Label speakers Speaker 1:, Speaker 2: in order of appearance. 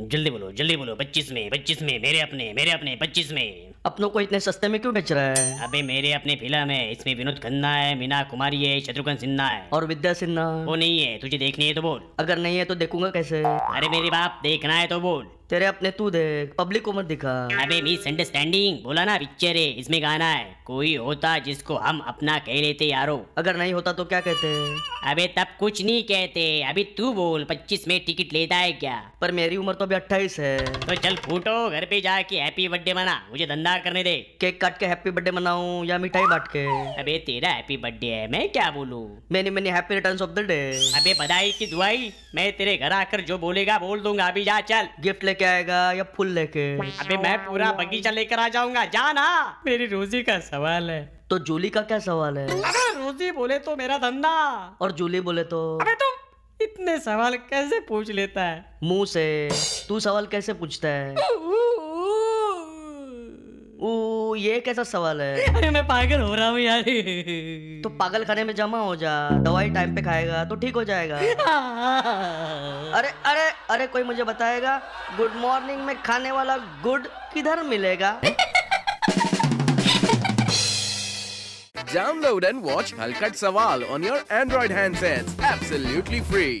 Speaker 1: जल्दी बोलो जल्दी बोलो पच्चीस में पच्चीस में मेरे अपने मेरे अपने पच्चीस में
Speaker 2: अपनों को इतने सस्ते में क्यों बेच रहा है
Speaker 1: अबे मेरे अपने फिल्म है इसमें विनोद खन्ना है मीना कुमारी है शत्रुघ्न सिन्हा है
Speaker 2: और विद्या सिन्हा
Speaker 1: वो नहीं है तुझे देखनी है तो बोल
Speaker 2: अगर नहीं है तो देखूंगा कैसे
Speaker 1: अरे मेरे बाप देखना है तो बोल
Speaker 2: तेरे अपने तू देख पब्लिक को मत दिखा
Speaker 1: अबे मिस अंडरस्टैंडिंग बोला ना पिक्चर है इसमें गाना है कोई होता जिसको हम अपना कह लेते यारो
Speaker 2: अगर नहीं होता तो क्या कहते
Speaker 1: अबे तब कुछ नहीं कहते अभी तू बोल पच्चीस में टिकट लेता है क्या
Speaker 2: पर मेरी उम्र तो अभी अट्ठाईस है
Speaker 1: तो चल फूटो घर पे जाके हैप्पी बर्थडे मना मुझे धंधा करने दे
Speaker 2: केक काट के हैप्पी बर्थडे मनाऊं या मिठाई बांट के
Speaker 1: अबे तेरा हैप्पी बर्थडे है मैं क्या बोलूँ
Speaker 2: many many happy returns of the day
Speaker 1: अबे बधाई की दुआई मैं तेरे घर आकर जो बोलेगा बोल दूंगा अभी जा चल
Speaker 2: गिफ्ट लेके आएगा या फूल लेके
Speaker 1: अबे मैं पूरा बगीचा लेकर आ जाऊंगा जा ना मेरी रोजी का सवाल है
Speaker 2: तो जूली का क्या सवाल है
Speaker 1: अगर रोजी बोले तो मेरा धंधा
Speaker 2: और जूली बोले तो
Speaker 1: अबे तुम इतने सवाल कैसे पूछ लेता है
Speaker 2: मुंह से तू सवाल कैसे पूछता है ओ ये कैसा सवाल है
Speaker 1: अरे मैं पागल हो रहा हूँ यार
Speaker 2: तो पागल खाने में जमा हो जा दवाई टाइम पे खाएगा तो ठीक हो जाएगा
Speaker 1: हाँ।
Speaker 2: हम्म। अरे अरे अरे कोई मुझे बताएगा गुड मॉर्निंग में खाने वाला गुड किधर मिलेगा
Speaker 3: Download and watch Halkat Sawal on your Android handsets absolutely free.